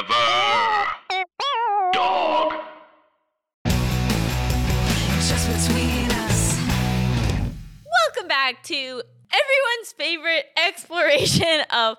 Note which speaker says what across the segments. Speaker 1: Forever. Dog.
Speaker 2: Just between us.
Speaker 3: Welcome back to everyone's favorite exploration of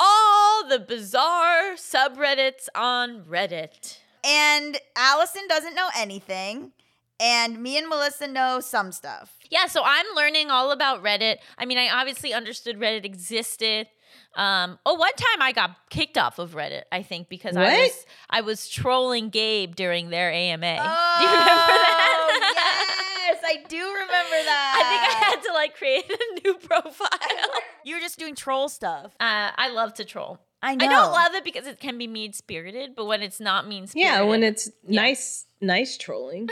Speaker 3: all the bizarre subreddits on Reddit.
Speaker 2: And Allison doesn't know anything. And me and Melissa know some stuff.
Speaker 3: Yeah, so I'm learning all about Reddit. I mean, I obviously understood Reddit existed. Um, oh, one time I got kicked off of Reddit, I think, because I
Speaker 4: What?
Speaker 3: was I was trolling Gabe during their AMA.
Speaker 2: Oh,
Speaker 3: Do you remember that?
Speaker 2: yes, I do remember
Speaker 3: I think
Speaker 2: that.
Speaker 3: I had to like create a new profile.
Speaker 2: You were just doing troll stuff.
Speaker 3: Uh, I love to troll.
Speaker 2: I
Speaker 3: I don't love it because it can be mean spirited, but when it's not mean spirited,
Speaker 4: Yeah, when it's nice, nice trolling.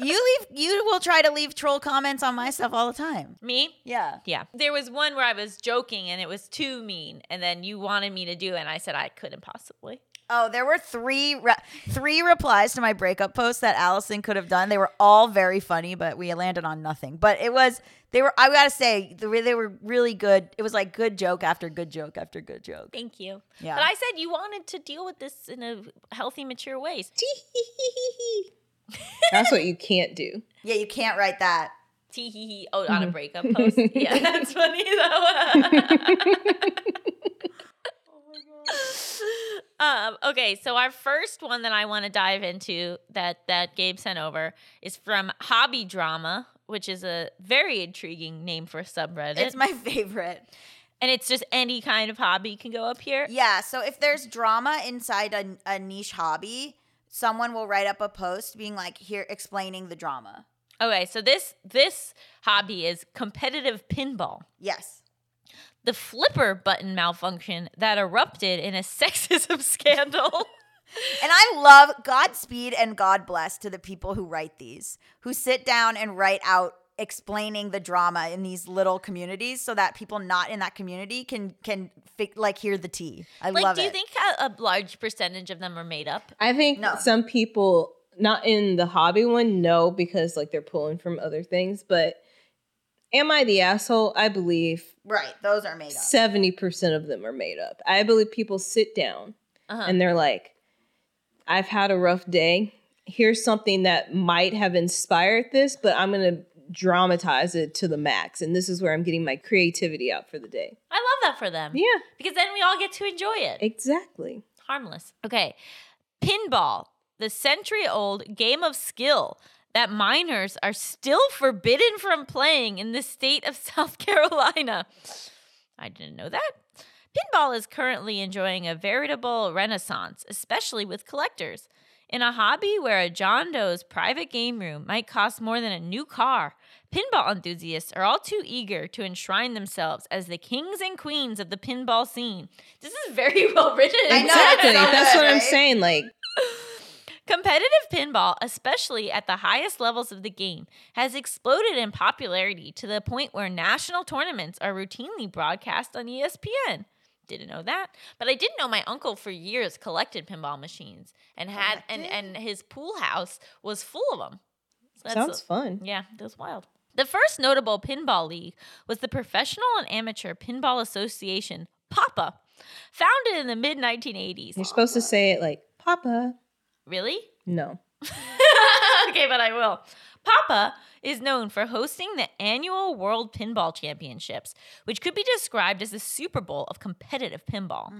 Speaker 2: you leave. You will try to leave troll comments on my stuff all the time.
Speaker 3: me,
Speaker 2: Yeah.
Speaker 3: yeah. There was one where I was joking and it was too mean, and then you wanted me to do it, and I said I couldn't possibly.
Speaker 2: Oh, there were three re- three replies to my breakup post that Allison could have done. They were all very funny, but we landed on nothing. But it was they were. I gotta say, the re- they were really good. It was like good joke after good joke after good joke.
Speaker 3: Thank you.
Speaker 2: Yeah.
Speaker 3: But I said you wanted to deal with this in a healthy, mature way.
Speaker 4: That's what you can't do.
Speaker 2: Yeah, you can't write that.
Speaker 3: Tee hee hee. Oh, on a breakup post. Yeah, that's funny though. um, okay, so our first one that I want to dive into that that Gabe sent over is from Hobby Drama, which is a very intriguing name for a subreddit,
Speaker 2: It's my favorite.
Speaker 3: and it's just any kind of hobby can go up here.
Speaker 2: Yeah. So if there's drama inside a, a niche hobby, someone will write up a post being like, here, explaining the drama.
Speaker 3: Okay, so this this hobby is competitive pinball.
Speaker 2: Yes.
Speaker 3: the flipper button malfunction that erupted in a sexism scandal.
Speaker 2: And I love Godspeed and God bless to the people who write these, who sit down and write out explaining the drama in these little communities so that people not in that community can can fi- like hear the tea. I
Speaker 3: like,
Speaker 2: love
Speaker 3: do you
Speaker 2: it.
Speaker 3: think a, a large percentage of them are made up?
Speaker 4: I think
Speaker 2: No.
Speaker 4: some people, not in the hobby one, no, because like they're pulling from other things. But am I the asshole? I believe
Speaker 2: right. Those are made up.
Speaker 4: seventy percent of them are made up. I believe people sit down
Speaker 3: Uh-huh.
Speaker 4: and they're like, "I've had a rough day. Here's something that might have inspired this, but I'm gonna." dramatize it to the max and this is where i'm getting my creativity out for the day
Speaker 3: I love that for them.
Speaker 4: yeah
Speaker 3: Because then we all get to enjoy it.
Speaker 4: exactly
Speaker 3: Harmless. Okay. Pinball, the century old game of skill that minors are still forbidden from playing in the state of South Carolina. I didn't know that. Pinball is currently enjoying a veritable renaissance, especially with collectors. In a hobby where a John Doe's private game room might cost more than a new car, pinball enthusiasts are all too eager to enshrine themselves as the kings and queens of the pinball scene. This is very well written.
Speaker 2: I know, it's
Speaker 4: exactly
Speaker 2: so
Speaker 4: that's
Speaker 2: good,
Speaker 4: what i'm
Speaker 2: right?
Speaker 4: saying like
Speaker 3: Competitive pinball, especially at the highest levels of the game, has exploded in popularity to the point where national tournaments are routinely broadcast on E ESPN. Didn't know that, but I did know my uncle for years collected pinball machines and had and and his pool house was full of them. So
Speaker 4: sounds fun
Speaker 3: yeah, that's wild. The first notable pinball league was the Professional and Amateur Pinball Association, PAPA, founded in the mid 1980s.
Speaker 4: You're supposed to say it like Papa.
Speaker 3: really?
Speaker 4: No.
Speaker 3: okay, but I will. Papa is known for hosting the annual World Pinball Championships, which could be described as the Super Bowl of competitive pinball.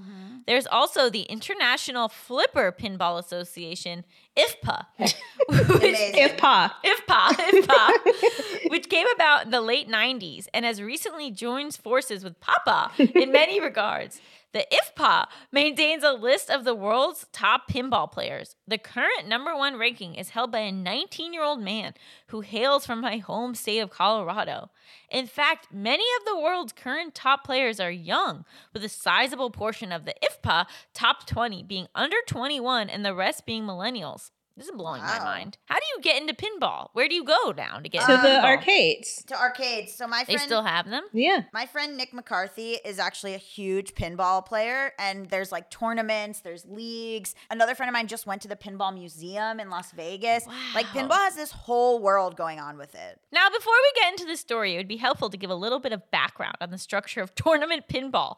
Speaker 3: There's also the International Flipper Pinball Association, IFPA, which,
Speaker 2: Amazing.
Speaker 4: If Pa.
Speaker 3: IFPA, IFPA, which came about in the late 90s and has recently joined forces with Papa in many regards. The IFPA maintains a list of the world's top pinball players. The current number one ranking is held by a 19 year old man who hails from my home state of Colorado. In fact, many of the world's current top players are young, with a sizable portion of the IFPA top 20 being under 21 and the rest being millennials. This is blowing my
Speaker 2: Wow.
Speaker 3: mind. How do you get into pinball? Where do you go down to get
Speaker 4: To
Speaker 3: into
Speaker 4: the
Speaker 3: pinball?
Speaker 4: arcades.
Speaker 2: to arcades. So my
Speaker 3: They
Speaker 2: friend
Speaker 3: still have them?
Speaker 4: Yeah.
Speaker 2: My friend Nick McCarthy is actually a huge pinball player, and there's like tournaments, there's leagues. Another friend of mine just went to the Pinball Museum in Las Vegas. Like,
Speaker 3: Wow.
Speaker 2: pinball has this whole world going on with it.
Speaker 3: Now, before we get into the story, it would be helpful to give a little bit of background on the structure of tournament pinball.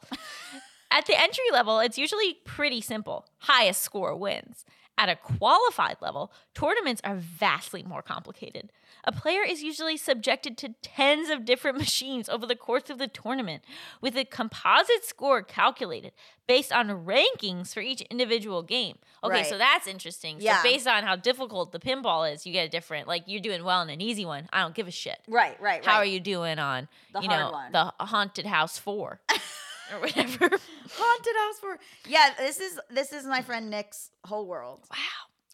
Speaker 3: At the entry level, it's usually pretty simple. Highest score wins. At a qualified level, tournaments are vastly more complicated. A player is usually subjected to tens of different machines over the course of the tournament, with a composite score calculated based on rankings for each individual game. Okay,
Speaker 2: Right.
Speaker 3: so that's interesting.
Speaker 2: Yeah.
Speaker 3: So based on how difficult the pinball is, you get a different. Like you're doing well in an easy one. I don't give a shit.
Speaker 2: Right, right, right.
Speaker 3: How are you doing on
Speaker 2: The
Speaker 3: you
Speaker 2: hard
Speaker 3: know
Speaker 2: one.
Speaker 3: the haunted house four or whatever?
Speaker 2: haunted house for? Yeah, this is this is my friend Nick's whole world.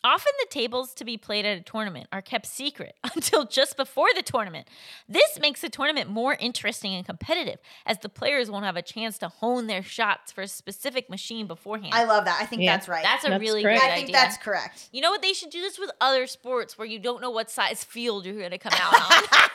Speaker 3: Often the tables to be played at a tournament are kept secret until just before the tournament. This makes the tournament more interesting and competitive, as the players won't have a chance to hone their shots for a specific machine beforehand.
Speaker 2: I love that. I think
Speaker 4: Yeah.
Speaker 2: that's right.
Speaker 3: that's a
Speaker 4: That's
Speaker 3: really
Speaker 4: great.
Speaker 3: good
Speaker 2: I think
Speaker 3: idea.
Speaker 2: that's correct.
Speaker 3: you know what? They should do this with other sports where you don't know what size field you're going to come out on.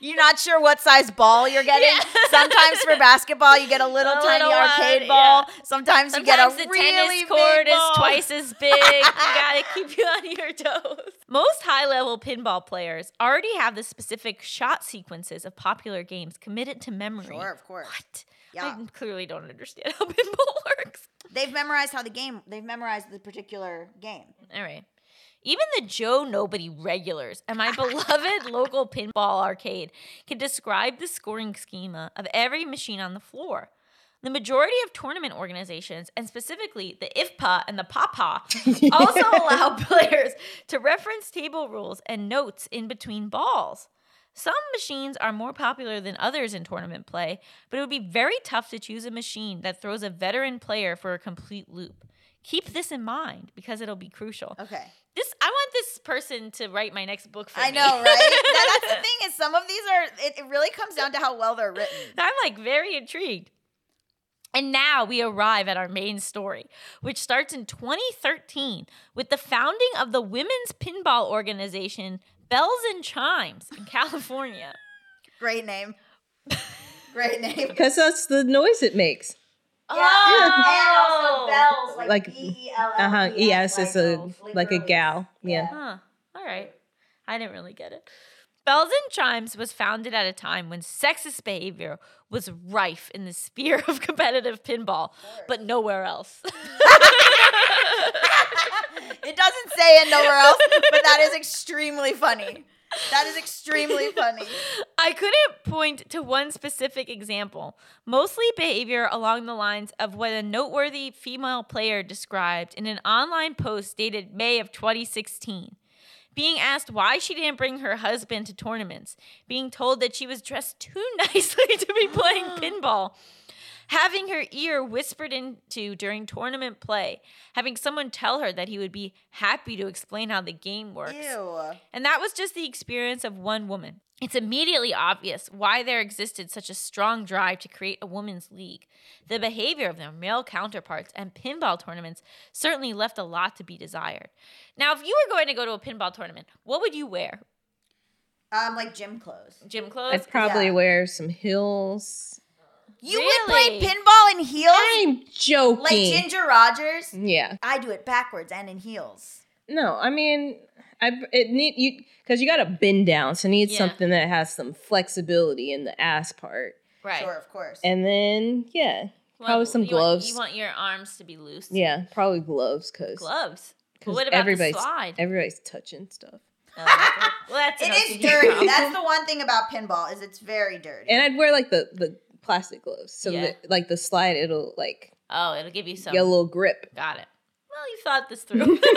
Speaker 2: You're not sure what size ball you're getting.
Speaker 3: Yeah.
Speaker 2: Sometimes for basketball, you get a little
Speaker 3: A
Speaker 2: tiny
Speaker 3: little one,
Speaker 2: arcade
Speaker 3: yeah.
Speaker 2: ball. Sometimes, you get
Speaker 3: Sometimes
Speaker 2: a
Speaker 3: the
Speaker 2: really
Speaker 3: tennis court
Speaker 2: big
Speaker 3: is
Speaker 2: ball.
Speaker 3: twice as big. you gotta keep you on your toes. Most high level pinball players already have the specific shot sequences of popular games committed to memory.
Speaker 2: Sure, of course.
Speaker 3: What?
Speaker 2: Yeah.
Speaker 3: I clearly don't understand how pinball works.
Speaker 2: They've memorized how the game. They've memorized the particular game.
Speaker 3: All right. Even the Joe Nobody regulars at my beloved local pinball arcade can describe the scoring schema of every machine on the floor. The majority of tournament organizations, and specifically the IFPA and the PAPA, also allow players to reference table rules and notes in between balls. Some machines are more popular than others in tournament play, but it would be very tough to choose a machine that throws a veteran player for a complete loop. Keep this in mind because it'll be crucial.
Speaker 2: Okay.
Speaker 3: This I want this person to write my next book for
Speaker 2: I
Speaker 3: me.
Speaker 2: know, right? That- that's the thing is some of these are it, it really comes down to how well they're written.
Speaker 3: I'm like very intrigued. And now we arrive at our main story, which starts in 2013 with the founding of the women's pinball organization Bells and Chimes in California.
Speaker 2: Great name. Great name.
Speaker 4: Because that's the noise it makes.
Speaker 3: Oh!
Speaker 2: Yeah. And also bells like, E,
Speaker 4: Like,
Speaker 2: B-E-l-L-E-S,
Speaker 4: Uh huh. Yes, it's a
Speaker 2: Oh, like
Speaker 4: like a
Speaker 2: girlies.
Speaker 4: gal. Yeah.
Speaker 3: Huh. All right. I didn't really get it. Bells and Chimes was founded at a time when sexist behavior was rife in the sphere of competitive pinball, but nowhere else.
Speaker 2: It doesn't say it nowhere else, but that is extremely funny. That is extremely funny.
Speaker 3: I couldn't point to one specific example, mostly behavior along the lines of what a noteworthy female player described in an online post dated May of 2016. Being asked why she didn't bring her husband to tournaments, being told that she was dressed too nicely to be playing pinball, having her ear whispered into during tournament play, having someone tell her that he would be happy to explain how the game works.
Speaker 2: Ew.
Speaker 3: And that was just the experience of one woman. It's immediately obvious why there existed such a strong drive to create a women's league. The behavior of their male counterparts and pinball tournaments certainly left a lot to be desired. Now, if you were going to go to a pinball tournament, what would you wear?
Speaker 2: Um, like gym clothes.
Speaker 3: Gym clothes?
Speaker 4: I'd probably
Speaker 2: Yeah.
Speaker 4: wear some heels.
Speaker 2: You would play
Speaker 3: Really?
Speaker 2: pinball in heels,
Speaker 4: I'm joking.
Speaker 2: like Ginger Rogers.
Speaker 4: yeah.
Speaker 2: I do it backwards and in heels.
Speaker 4: No, I mean, I it need you because you got to bend down, so you need
Speaker 3: Yeah.
Speaker 4: something that has some flexibility in the ass part,
Speaker 3: Right.
Speaker 2: Sure, of course.
Speaker 4: and then yeah,
Speaker 3: You
Speaker 4: probably some
Speaker 3: you want-
Speaker 4: gloves.
Speaker 3: you want your arms to be loose.
Speaker 4: yeah, probably gloves because
Speaker 3: Gloves. But what about the
Speaker 4: everybody's
Speaker 3: slide?
Speaker 4: everybody's touching stuff.
Speaker 3: Oh, well, that's an
Speaker 2: it is
Speaker 3: OCD
Speaker 2: dirty.
Speaker 3: problem.
Speaker 2: That's the one thing about pinball is it's very dirty.
Speaker 4: And I'd wear like the the plastic gloves, so
Speaker 3: Yeah.
Speaker 4: that like the slide it'll like
Speaker 3: Oh, it'll give you some.
Speaker 4: get a little grip.
Speaker 3: Got it. Well, you thought this through.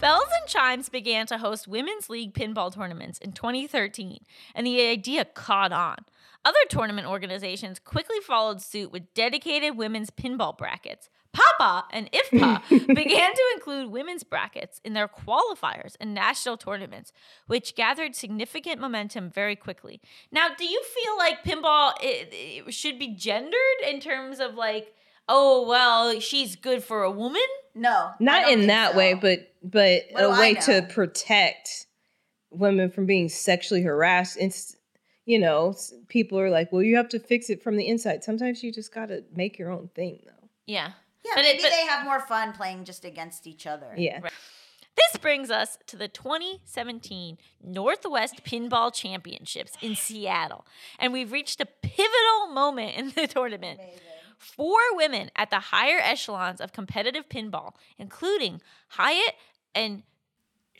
Speaker 3: Bells and Chimes began to host women's league pinball tournaments in 2013, and the idea caught on. Other tournament organizations quickly followed suit with dedicated women's pinball brackets. Papa and IFPA began to include women's brackets in their qualifiers and national tournaments, which gathered significant momentum very quickly. Now, do you feel like pinball it, it should be gendered in terms of like, oh, well, she's good for a woman?
Speaker 2: no, I
Speaker 4: Not
Speaker 2: don't
Speaker 4: in
Speaker 2: think
Speaker 4: that
Speaker 2: so.
Speaker 4: way, but but
Speaker 2: What do
Speaker 4: a
Speaker 2: I
Speaker 4: way
Speaker 2: know?
Speaker 4: to protect women from being sexually harassed. It's, you know, s- people are like, well, you have to fix it from the inside. Sometimes you just got to make your own thing, though.
Speaker 3: Yeah.
Speaker 2: Yeah,
Speaker 3: But it-
Speaker 2: maybe
Speaker 3: but-
Speaker 2: they have more fun playing just against each other.
Speaker 4: Yeah.
Speaker 3: This brings us to the 2017 Northwest Pinball Championships in Seattle. And we've reached a pivotal moment in the tournament. Four women at the higher echelons of competitive pinball, including Hyatt and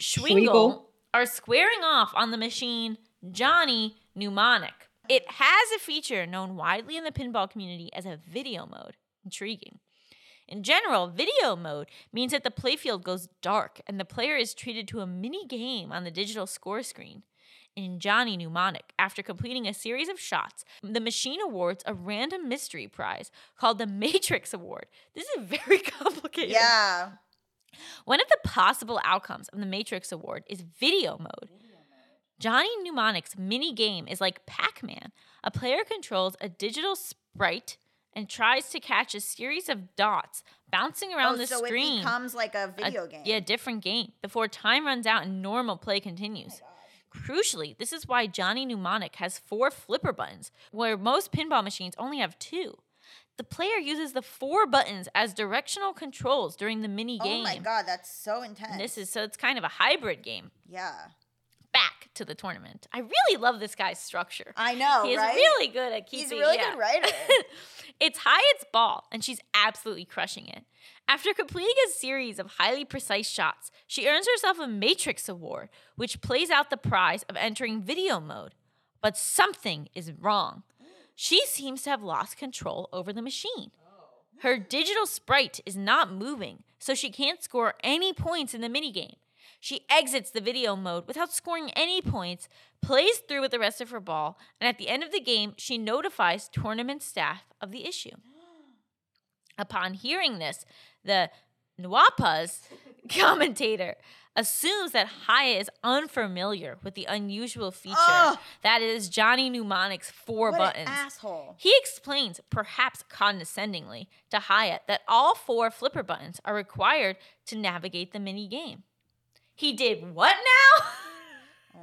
Speaker 3: Schwingel,
Speaker 4: Schwingel.
Speaker 3: are squaring off on the machine Johnny Mnemonic. It has a feature known widely in the pinball community as a video mode. Intriguing. In general, video mode means that the playfield goes dark and the player is treated to a mini game on the digital score screen. In Johnny Mnemonic, after completing a series of shots, the machine awards a random mystery prize called the Matrix Award. This is very complicated.
Speaker 2: Yeah.
Speaker 3: One of the possible outcomes of the Matrix Award is video mode. Johnny Mnemonic's mini game is like Pac Man. A player controls a digital sprite and tries to catch a series of dots bouncing around
Speaker 2: Oh,
Speaker 3: the
Speaker 2: so
Speaker 3: screen.
Speaker 2: it becomes like a
Speaker 3: a-
Speaker 2: video game.
Speaker 3: Yeah, different game before time runs out and normal play
Speaker 2: Oh
Speaker 3: continues. Crucially, this is why Johnny Mnemonic has four flipper buttons, where most pinball machines only have two. The player uses the four buttons as directional controls during the mini
Speaker 2: Oh
Speaker 3: game.
Speaker 2: my god, that's so intense.
Speaker 3: And this is so it's kind of a hybrid game.
Speaker 2: yeah.
Speaker 3: Back to the tournament. I really love this guy's structure.
Speaker 2: I know,
Speaker 3: He's
Speaker 2: right?
Speaker 3: really good at keeping.
Speaker 2: He's a really
Speaker 3: yeah.
Speaker 2: good writer.
Speaker 3: it's Hyatt's ball, and she's absolutely crushing it. After completing a series of highly precise shots, she earns herself a Matrix Award, which plays out the prize of entering video mode. But something is wrong. She seems to have lost control over the machine. Her digital sprite is not moving, so she can't score any points in the minigame. She exits the video mode without scoring any points, plays through with the rest of her ball, and at the end of the game, she notifies tournament staff of the issue. Upon hearing this, the Nwapa's commentator assumes that Haya is unfamiliar with the unusual feature
Speaker 2: Ugh.
Speaker 3: that is Johnny Mnemonic's four
Speaker 2: what
Speaker 3: buttons.
Speaker 2: An asshole.
Speaker 3: He explains, perhaps condescendingly, to Hyatt that all four flipper buttons are required to navigate the mini game. He did what now?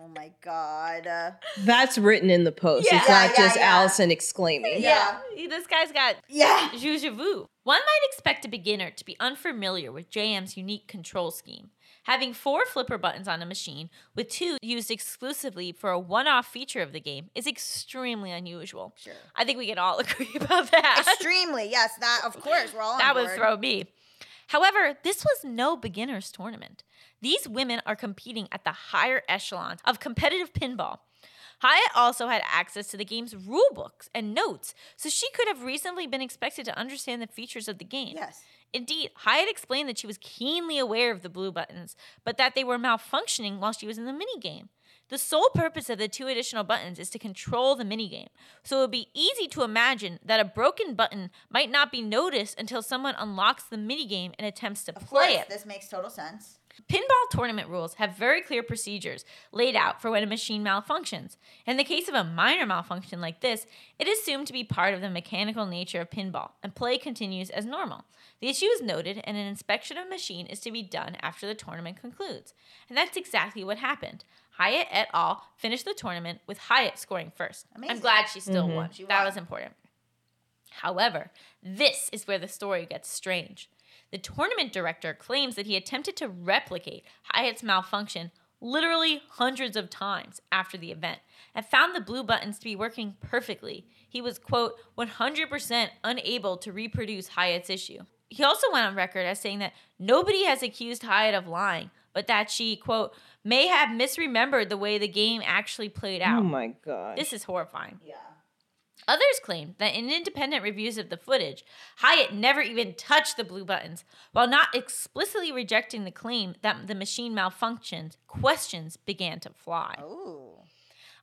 Speaker 2: Oh my god. Uh,
Speaker 4: That's written in the post.
Speaker 3: Yeah.
Speaker 4: it's
Speaker 2: Yeah,
Speaker 4: not
Speaker 2: yeah,
Speaker 4: just
Speaker 2: yeah.
Speaker 4: Allison exclaiming.
Speaker 2: Yeah.
Speaker 3: He- This guy's got
Speaker 2: yeah.
Speaker 3: Juju vu. One might expect a beginner to be unfamiliar with JM's unique control scheme. Having four flipper buttons on a machine, with two used exclusively for a one off feature of the game, is extremely unusual.
Speaker 2: Sure.
Speaker 3: I think we can all agree about that.
Speaker 2: Extremely. Yes, that of course. We're all on
Speaker 3: that would
Speaker 2: board.
Speaker 3: throw me. However, this was no beginner's tournament. These women are competing at the higher echelons of competitive pinball. Hyatt also had access to the game's rule books and notes, so she could have reasonably been expected to understand the features of the game.
Speaker 2: Yes.
Speaker 3: Indeed, Hyatt explained that she was keenly aware of the blue buttons, but that they were malfunctioning while she was in the minigame. The sole purpose of the two additional buttons is to control the minigame, so it would be easy to imagine that a broken button might not be noticed until someone unlocks the minigame and attempts to
Speaker 2: Of
Speaker 3: play
Speaker 2: course,
Speaker 3: it.
Speaker 2: This makes total sense.
Speaker 3: Pinball tournament rules have very clear procedures laid out for when a machine malfunctions. In the case of a minor malfunction like this, it is assumed to be part of the mechanical nature of pinball, and play continues as normal. The issue is noted, and an inspection of the machine is to be done after the tournament concludes. And that's exactly what happened. Hyatt et al. finished the tournament with Hyatt scoring first. I'm
Speaker 2: Amazing.
Speaker 3: glad she still won.
Speaker 2: She
Speaker 3: that
Speaker 2: won.
Speaker 3: was important. However, this is where the story gets strange. The tournament director claims that he attempted to replicate Hyatt's malfunction literally hundreds of times after the event and found the blue buttons to be working perfectly. He was, quote, 100% unable to reproduce Hyatt's issue. He also went on record as saying that nobody has accused Hyatt of lying, but that she, quote, may have misremembered the way the game actually played out.
Speaker 4: Oh my God.
Speaker 3: This is horrifying.
Speaker 2: Yeah.
Speaker 3: Others claim that in independent reviews of the footage, Hyatt never even touched the blue buttons. While not explicitly rejecting the claim that the machine malfunctioned, questions began to fly.
Speaker 2: Oh.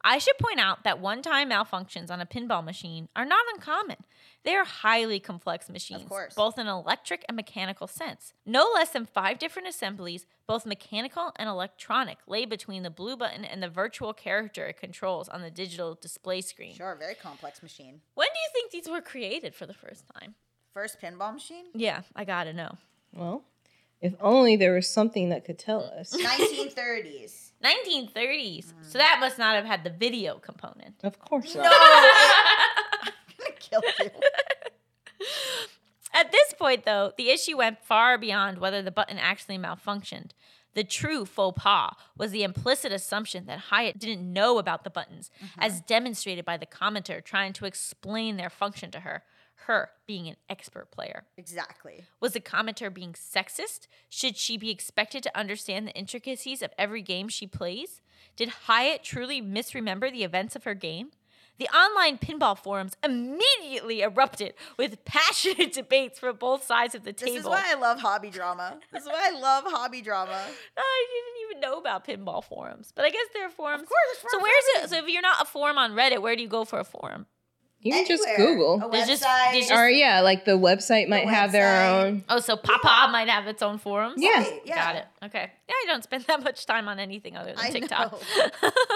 Speaker 3: I should point out that one time malfunctions on a pinball machine are not uncommon. They are highly complex machines,
Speaker 2: course.
Speaker 3: both in electric and mechanical sense. No less than five different assemblies, both mechanical and electronic, lay between the blue button and the virtual character it controls on the digital display screen.
Speaker 2: Sure. Very complex machine.
Speaker 3: When do you think these were created for the first time?
Speaker 2: First pinball machine.
Speaker 3: Yeah, I gotta know.
Speaker 4: well, If only there was something that could tell us.
Speaker 2: 1930s.
Speaker 3: 1930s. So that must not have had the video component.
Speaker 4: Of course
Speaker 2: no,
Speaker 4: not.
Speaker 2: I'm gonna kill you.
Speaker 3: At this point, though, the issue went far beyond whether the button actually malfunctioned. The true faux pas was the implicit assumption that Hyatt didn't know about the buttons, as demonstrated by the commenter trying to explain their function to her, her being an expert player.
Speaker 2: Exactly.
Speaker 3: Was the commenter being sexist? Should she be expected to understand the intricacies of every game she plays? Did Hyatt truly misremember the events of her game? The online pinball forums immediately erupted with passionate debates from both sides of the
Speaker 2: This
Speaker 3: table.
Speaker 2: is why I love hobby drama. This is why I love hobby drama.
Speaker 3: I didn't even know about pinball forums, but I guess there are forums.
Speaker 2: Of course. there's
Speaker 3: so
Speaker 2: forums
Speaker 3: where's
Speaker 2: for
Speaker 3: it?
Speaker 2: everything.
Speaker 3: So if you're not a forum on Reddit, where do you go for a forum?
Speaker 4: You can just
Speaker 2: Anywhere. Oh,
Speaker 4: Google.
Speaker 2: A
Speaker 3: There's just-
Speaker 2: website.
Speaker 3: there's
Speaker 4: Or yeah, like the website might have their
Speaker 2: website.
Speaker 4: own.
Speaker 3: Oh, so Papa might have its own forums.
Speaker 4: Yeah.
Speaker 2: Right, yeah.
Speaker 3: Got it. Okay. Yeah, I don't spend that much time on anything other
Speaker 2: I
Speaker 3: than TikTok.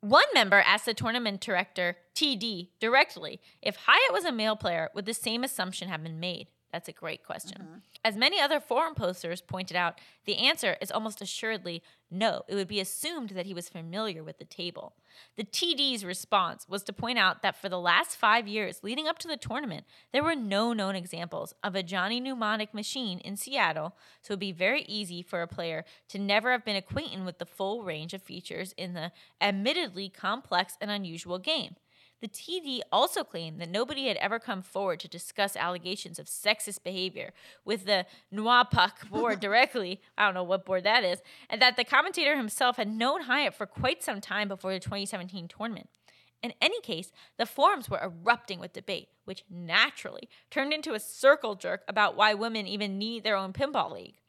Speaker 3: One member asked the tournament director, TD, directly if Hyatt was a male player, would the same assumption have been made? That's a great question.
Speaker 2: Mm-hmm.
Speaker 3: As many other forum posters pointed out, the answer is almost assuredly no. It would be assumed that he was familiar with the table. The TD's response was to point out that for the last five years leading up to the tournament, there were no known examples of a Johnny mnemonic machine in Seattle, so it would be very easy for a player to never have been acquainted with the full range of features in the admittedly complex and unusual game. The TD also claimed that nobody had ever come forward to discuss allegations of sexist behavior with the NWAPAC board directly. I don't know what board that is. And that the commentator himself had known Hyatt for quite some time before the 2017 tournament. In any case, the forums were erupting with debate, which naturally turned into a circle jerk about why women even need their own pinball league.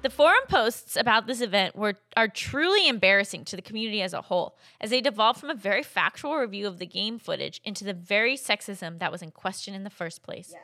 Speaker 3: The forum posts about this event were are truly embarrassing to the community as a whole, as they devolved from a very factual review of the game footage into the very sexism that was in question in the first place.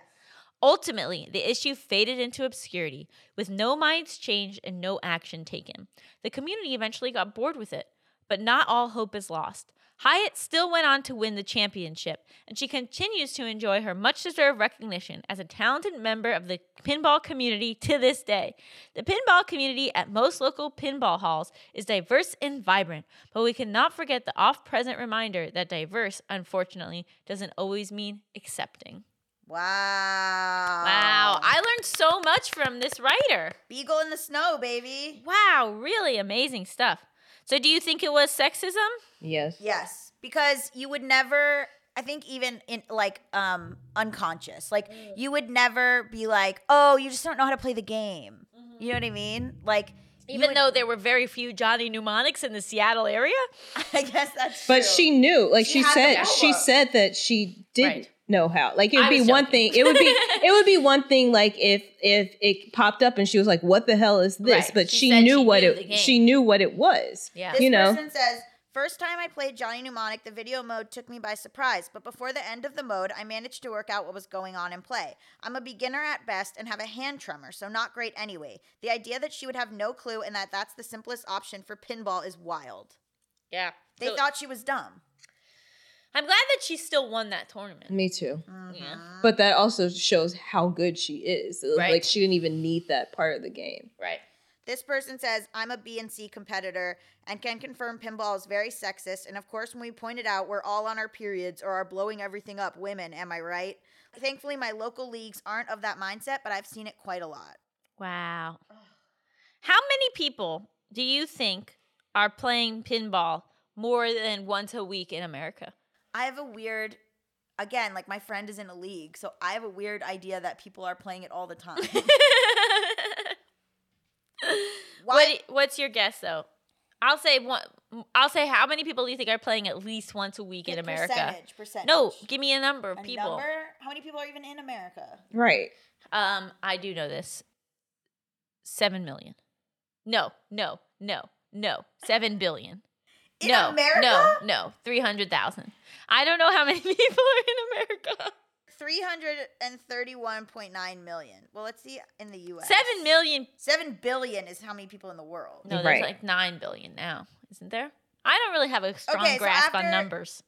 Speaker 3: Ultimately, the issue faded into obscurity, with no minds changed and no action taken. The community eventually got bored with it, but not all hope is lost. Hyatt still went on to win the championship, and she continues to enjoy her much deserved recognition as a talented member of the pinball community to this day. The pinball community at most local pinball halls is diverse and vibrant, but we cannot forget the off present reminder that diverse, unfortunately, doesn't always mean accepting.
Speaker 2: Wow.
Speaker 3: Wow, I learned so much from this writer.
Speaker 2: Beagle in the snow, baby.
Speaker 3: Wow, really amazing stuff. So, do you think it was sexism?
Speaker 4: Yes.
Speaker 2: Yes, because you would never. I think even in like um unconscious, like
Speaker 3: Mm.
Speaker 2: you would never be like, oh, you just don't know how to play the game. You know what I mean? Like, you
Speaker 3: Even
Speaker 2: would-
Speaker 3: though there were very few Johnny mnemonics in the Seattle area?
Speaker 2: I guess that's.
Speaker 4: But
Speaker 2: true.
Speaker 4: she knew, like
Speaker 2: She
Speaker 4: she,
Speaker 2: had the
Speaker 4: said, she
Speaker 2: notebook.
Speaker 4: said that she didn't
Speaker 3: Right.
Speaker 4: know how. Like it
Speaker 3: I
Speaker 4: would be
Speaker 3: was
Speaker 4: one
Speaker 3: joking.
Speaker 4: thing. It would be it would be one thing. Like if if it popped up and she was like, "What the hell is this?"
Speaker 3: Right.
Speaker 4: But
Speaker 3: She
Speaker 4: she,
Speaker 3: said
Speaker 4: knew
Speaker 3: she
Speaker 4: what
Speaker 3: knew the game.
Speaker 4: it she knew what it was.
Speaker 3: Yeah.
Speaker 2: This
Speaker 4: you know.
Speaker 2: person says, first time I played Johnny Mnemonic, the video mode took me by surprise, but before the end of the mode, I managed to work out what was going on in play. I'm a beginner at best and have a hand tremor, so not great anyway. The idea that she would have no clue and that that's the simplest option for pinball is wild.
Speaker 3: Yeah.
Speaker 2: They thought she was dumb.
Speaker 3: I'm glad that she still won that tournament.
Speaker 4: Me too.
Speaker 3: Yeah.
Speaker 2: Mm-hmm.
Speaker 4: But that also shows how good she is. It was
Speaker 3: Right.
Speaker 4: Like she didn't even need that part of the game.
Speaker 3: Right.
Speaker 2: This person says, I'm a B and C competitor and can confirm pinball is very sexist. And of course, when we pointed out we're all on our periods or are blowing everything up, women, am I right? Thankfully, my local leagues aren't of that mindset, but I've seen it quite a lot.
Speaker 3: Wow. How many people do you think are playing pinball more than once a week in America?
Speaker 2: I have a weird, again, like my friend is in a league, so I have a weird idea that people are playing it all the time. Why?
Speaker 3: What, what's your guess though? I'll say one. I'll say how many people do you think are playing at least once a week in America?
Speaker 2: Percentage, percentage.
Speaker 3: No, give me a number of
Speaker 2: a
Speaker 3: people.
Speaker 2: number? How many people are even in America?
Speaker 4: Right.
Speaker 3: Um, I do know this. Seven million. No, no, no, no. Seven billion.
Speaker 2: In
Speaker 3: no,
Speaker 2: America?
Speaker 3: no, no. Three hundred thousand. I don't know how many people are in America.
Speaker 2: 331.9 million. Well, let's see in the US.
Speaker 3: 7 million.
Speaker 2: 7 billion is how many people in the world.
Speaker 3: No, there's
Speaker 4: Right.
Speaker 3: like 9 billion now, isn't there? I don't really have a strong
Speaker 2: Okay, so
Speaker 3: grasp on
Speaker 2: after-
Speaker 3: numbers.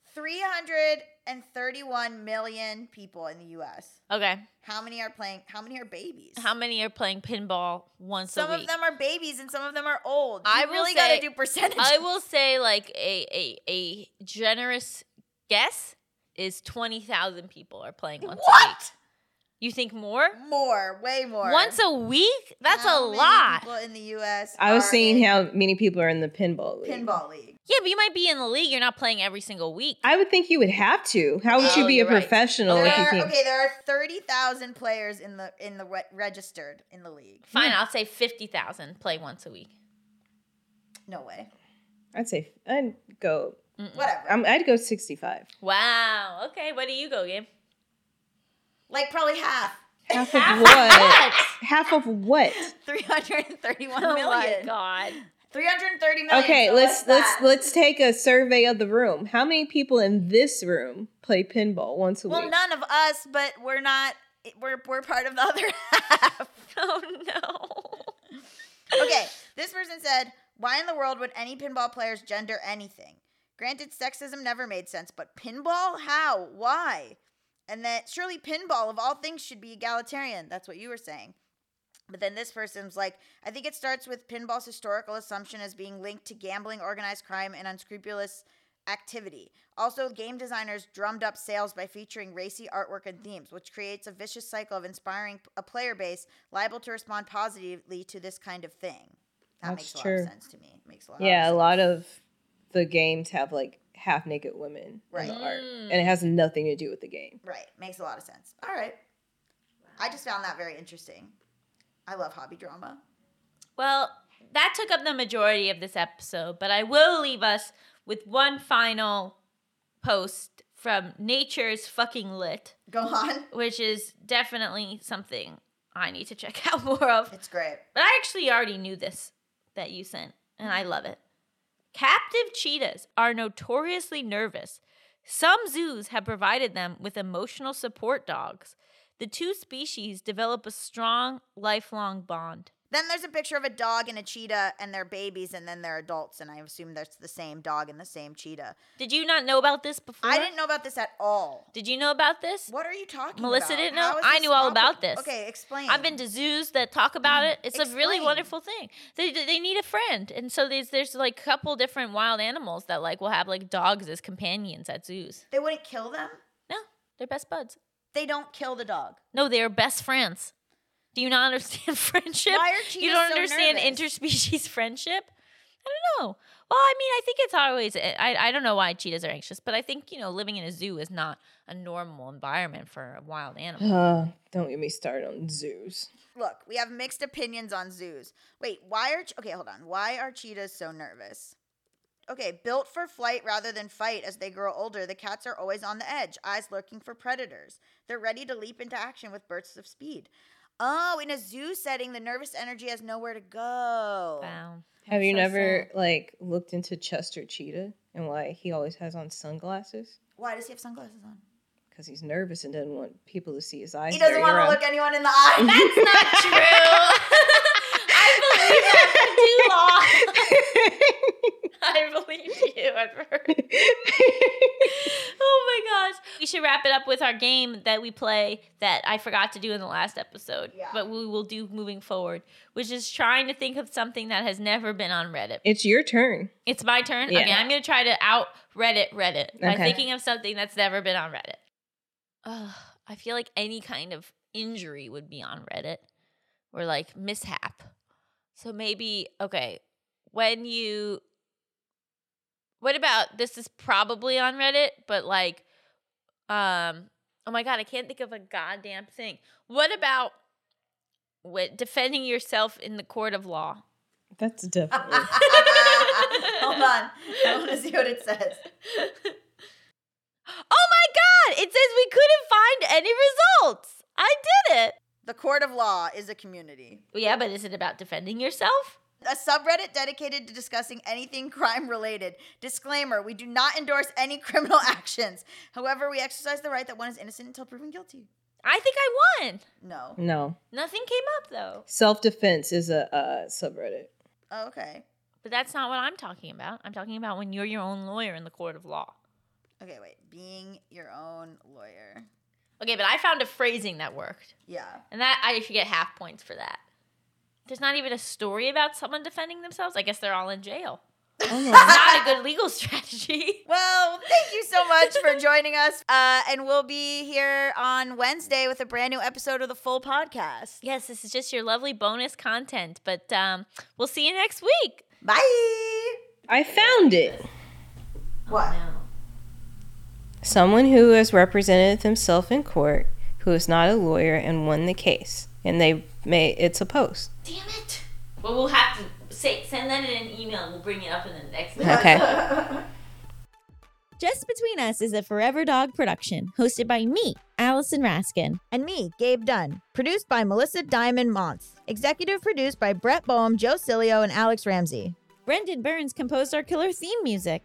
Speaker 2: 331 million people in the US.
Speaker 3: Okay.
Speaker 2: How many are playing? How many are babies?
Speaker 3: How many are playing pinball once
Speaker 2: some
Speaker 3: a
Speaker 2: of
Speaker 3: week?
Speaker 2: them are babies and some of them are old. You
Speaker 3: I will
Speaker 2: really
Speaker 3: say-
Speaker 2: got to do percentages.
Speaker 3: I will say like a a, a generous guess is 20,000 people are playing once a week.
Speaker 2: what?
Speaker 3: You think more?
Speaker 2: More, way more.
Speaker 3: Once a week? That's
Speaker 2: How
Speaker 3: a
Speaker 2: many
Speaker 3: lot.
Speaker 2: People in the U.S.
Speaker 4: I was
Speaker 2: are
Speaker 4: seeing
Speaker 2: in
Speaker 4: how many people are in the pinball league.
Speaker 2: pinball league.
Speaker 3: Yeah, but you might be in the league. You're not playing every single week.
Speaker 4: I would think you would have to. How would
Speaker 3: Oh,
Speaker 4: you be a
Speaker 3: you're right.
Speaker 4: professional
Speaker 2: There
Speaker 4: if you
Speaker 2: are,
Speaker 4: can't?
Speaker 2: okay, there are thirty thousand players in the in the re- registered in the league.
Speaker 3: Fine, I'll say 50,000 play once a week.
Speaker 2: No way.
Speaker 4: I'd say I'd go.
Speaker 2: Whatever.
Speaker 4: I'm, I'd go sixty-five.
Speaker 3: Wow. Okay, what do you go, Gabe?
Speaker 2: like probably half.
Speaker 4: Half of what? Half of what?
Speaker 2: Three hundred thirty-one
Speaker 3: Oh
Speaker 2: million.
Speaker 3: my god.
Speaker 2: 330 million.
Speaker 4: Okay,
Speaker 2: so
Speaker 4: let's
Speaker 2: what's
Speaker 4: let's
Speaker 2: that?
Speaker 4: let's take a survey of the room. How many people in this room play pinball once a
Speaker 2: Well,
Speaker 4: week?
Speaker 2: none of us, but we're not. We're we're part of the other half.
Speaker 3: Oh no.
Speaker 2: Okay, this person said, "Why in the world would any pinball player's gender anything? Granted, sexism never made sense, but pinball? How? Why? And that surely pinball of all things should be egalitarian. That's what you were saying." But then this person's like, I think it starts with pinball's historical assumption as being linked to gambling, organized crime, and unscrupulous activity. Also, game designers drummed up sales by featuring racy artwork and themes, which creates a vicious cycle of inspiring p- a player base liable to respond positively to this kind of thing. That
Speaker 4: That's
Speaker 2: makes a lot
Speaker 4: true.
Speaker 2: of sense to me. Makes a lot.
Speaker 4: yeah, a
Speaker 2: of sense.
Speaker 4: lot of the games have like half naked women in
Speaker 2: Right.
Speaker 4: the art, and it has nothing to do with the game.
Speaker 2: Right. Makes a lot of sense. All right. I just found that very interesting. I love hobby drama.
Speaker 3: Well, that took up the majority of this episode, but I will leave us with one final post from Nature's fucking lit,
Speaker 2: Go on.
Speaker 3: which is definitely something I need to check out more of.
Speaker 2: It's great.
Speaker 3: But I actually already knew this that you sent, and I love it. Captive cheetahs are notoriously nervous. Some zoos have provided them with emotional support dogs. The two species develop a strong, lifelong bond.
Speaker 2: Then there's a picture of a dog and a cheetah and their babies, and then they're adults, and I assume that's the same dog and the same cheetah.
Speaker 3: Did you not know about this before?
Speaker 2: I didn't know about this at all.
Speaker 3: Did you know about this?
Speaker 2: What are you talking about?
Speaker 3: Melissa didn't know?
Speaker 2: How is
Speaker 3: I
Speaker 2: this
Speaker 3: knew all
Speaker 2: compli-
Speaker 3: about this.
Speaker 2: Okay, explain.
Speaker 3: I've been to zoos that talk about it. It's a really
Speaker 2: Mm, Explain.
Speaker 3: wonderful thing. They, they need a friend, and so there's there's like a couple different wild animals that like will have like dogs as companions at zoos.
Speaker 2: They wouldn't kill them.
Speaker 3: No, they're best buds.
Speaker 2: They don't kill the dog.
Speaker 3: No, they are best friends. Do you not understand friendship?
Speaker 2: Why are
Speaker 3: you
Speaker 2: cheetahs
Speaker 3: don't
Speaker 2: so
Speaker 3: understand
Speaker 2: nervous?
Speaker 3: interspecies friendship? I don't know. Well, I mean, I think it's always. eh, I I don't know why cheetahs are anxious, but I think you know living in a zoo is not a normal environment for a wild animal.
Speaker 4: Uh, don't get me started on zoos.
Speaker 2: Look, we have mixed opinions on zoos. Wait, why are che- okay? Hold on. Why are cheetahs so nervous? Okay, built for flight rather than fight as they grow older, the cats are always on the edge, eyes lurking for predators. They're ready to leap into action with bursts of speed. Oh, in a zoo setting, the nervous energy has nowhere to go.
Speaker 3: Wow.
Speaker 4: Have
Speaker 3: That's
Speaker 4: you
Speaker 3: so
Speaker 4: never
Speaker 3: sad.
Speaker 4: like looked into Chester Cheetah and why he always has on sunglasses?
Speaker 2: Why does he have sunglasses on?
Speaker 4: Because he's nervous and doesn't want people to see his eyes.
Speaker 2: He doesn't
Speaker 4: darting
Speaker 2: want to
Speaker 4: around.
Speaker 2: look anyone in the eye.
Speaker 3: That's not true. I believe that for too long. I believe you at first. Oh my gosh. We should wrap it up with our game that we play that I forgot to do in the last episode,
Speaker 2: Yeah.
Speaker 3: but we will do moving forward, which is trying to think of something that has never been on Reddit.
Speaker 4: it's your turn.
Speaker 3: It's my turn.
Speaker 4: Yeah.
Speaker 3: Okay, I'm going to try to out Reddit Reddit by
Speaker 4: Okay.
Speaker 3: thinking of something that's never been on Reddit. Ugh, I feel like any kind of injury would be on Reddit or like mishap. So maybe, okay, when you. What about this is probably on Reddit, but like, um, oh my God, I can't think of a goddamn thing. What about what, defending yourself in the court of law?
Speaker 4: That's definitely.
Speaker 2: Hold on. I want to see what it says.
Speaker 3: Oh my god! It says we couldn't find any results. I did it.
Speaker 2: The court of law is a community.
Speaker 3: Yeah, but is it about defending yourself?
Speaker 2: a subreddit dedicated to discussing anything crime related. Disclaimer We do not endorse any criminal actions. However, we exercise the right that one is innocent until proven guilty.
Speaker 3: I think I won.
Speaker 2: No.
Speaker 4: No.
Speaker 3: Nothing came up though.
Speaker 4: Self defense is a uh, subreddit.
Speaker 2: Oh, okay.
Speaker 3: But that's not what I'm talking about. I'm talking about when you're your own lawyer in the court of law.
Speaker 2: Okay, wait. Being your own lawyer.
Speaker 3: Okay, but I found a phrasing that worked.
Speaker 2: Yeah.
Speaker 3: And that I should get half points for that. There's not even a story about someone defending themselves. I guess they're all in jail. not a good legal strategy.
Speaker 2: Well, thank you so much for joining us. Uh, and we'll be here on Wednesday with a brand new episode of the full podcast.
Speaker 3: Yes, this is just your lovely bonus content, but um, we'll see you next week.
Speaker 2: Bye.
Speaker 4: I found it.
Speaker 2: What?
Speaker 4: Someone who has represented themselves in court, who is not a lawyer and won the case, and they may it's a post.
Speaker 3: Damn it. Well, we'll have to say, send that in an email. We'll bring it up in the next
Speaker 4: Okay.
Speaker 5: Just Between Us is a Forever Dog production hosted by me, Allison Raskin.
Speaker 2: And me, Gabe Dunn. Produced by Melissa Diamond Month. Executive produced by Brett Boehm, Joe Cilio, and Alex Ramsey.
Speaker 5: Brendan Burns composed our killer theme music.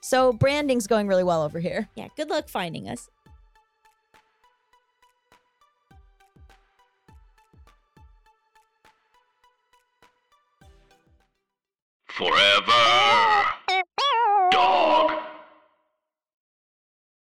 Speaker 2: So branding's going really well over here.
Speaker 5: Yeah, good luck finding us.
Speaker 1: Forever.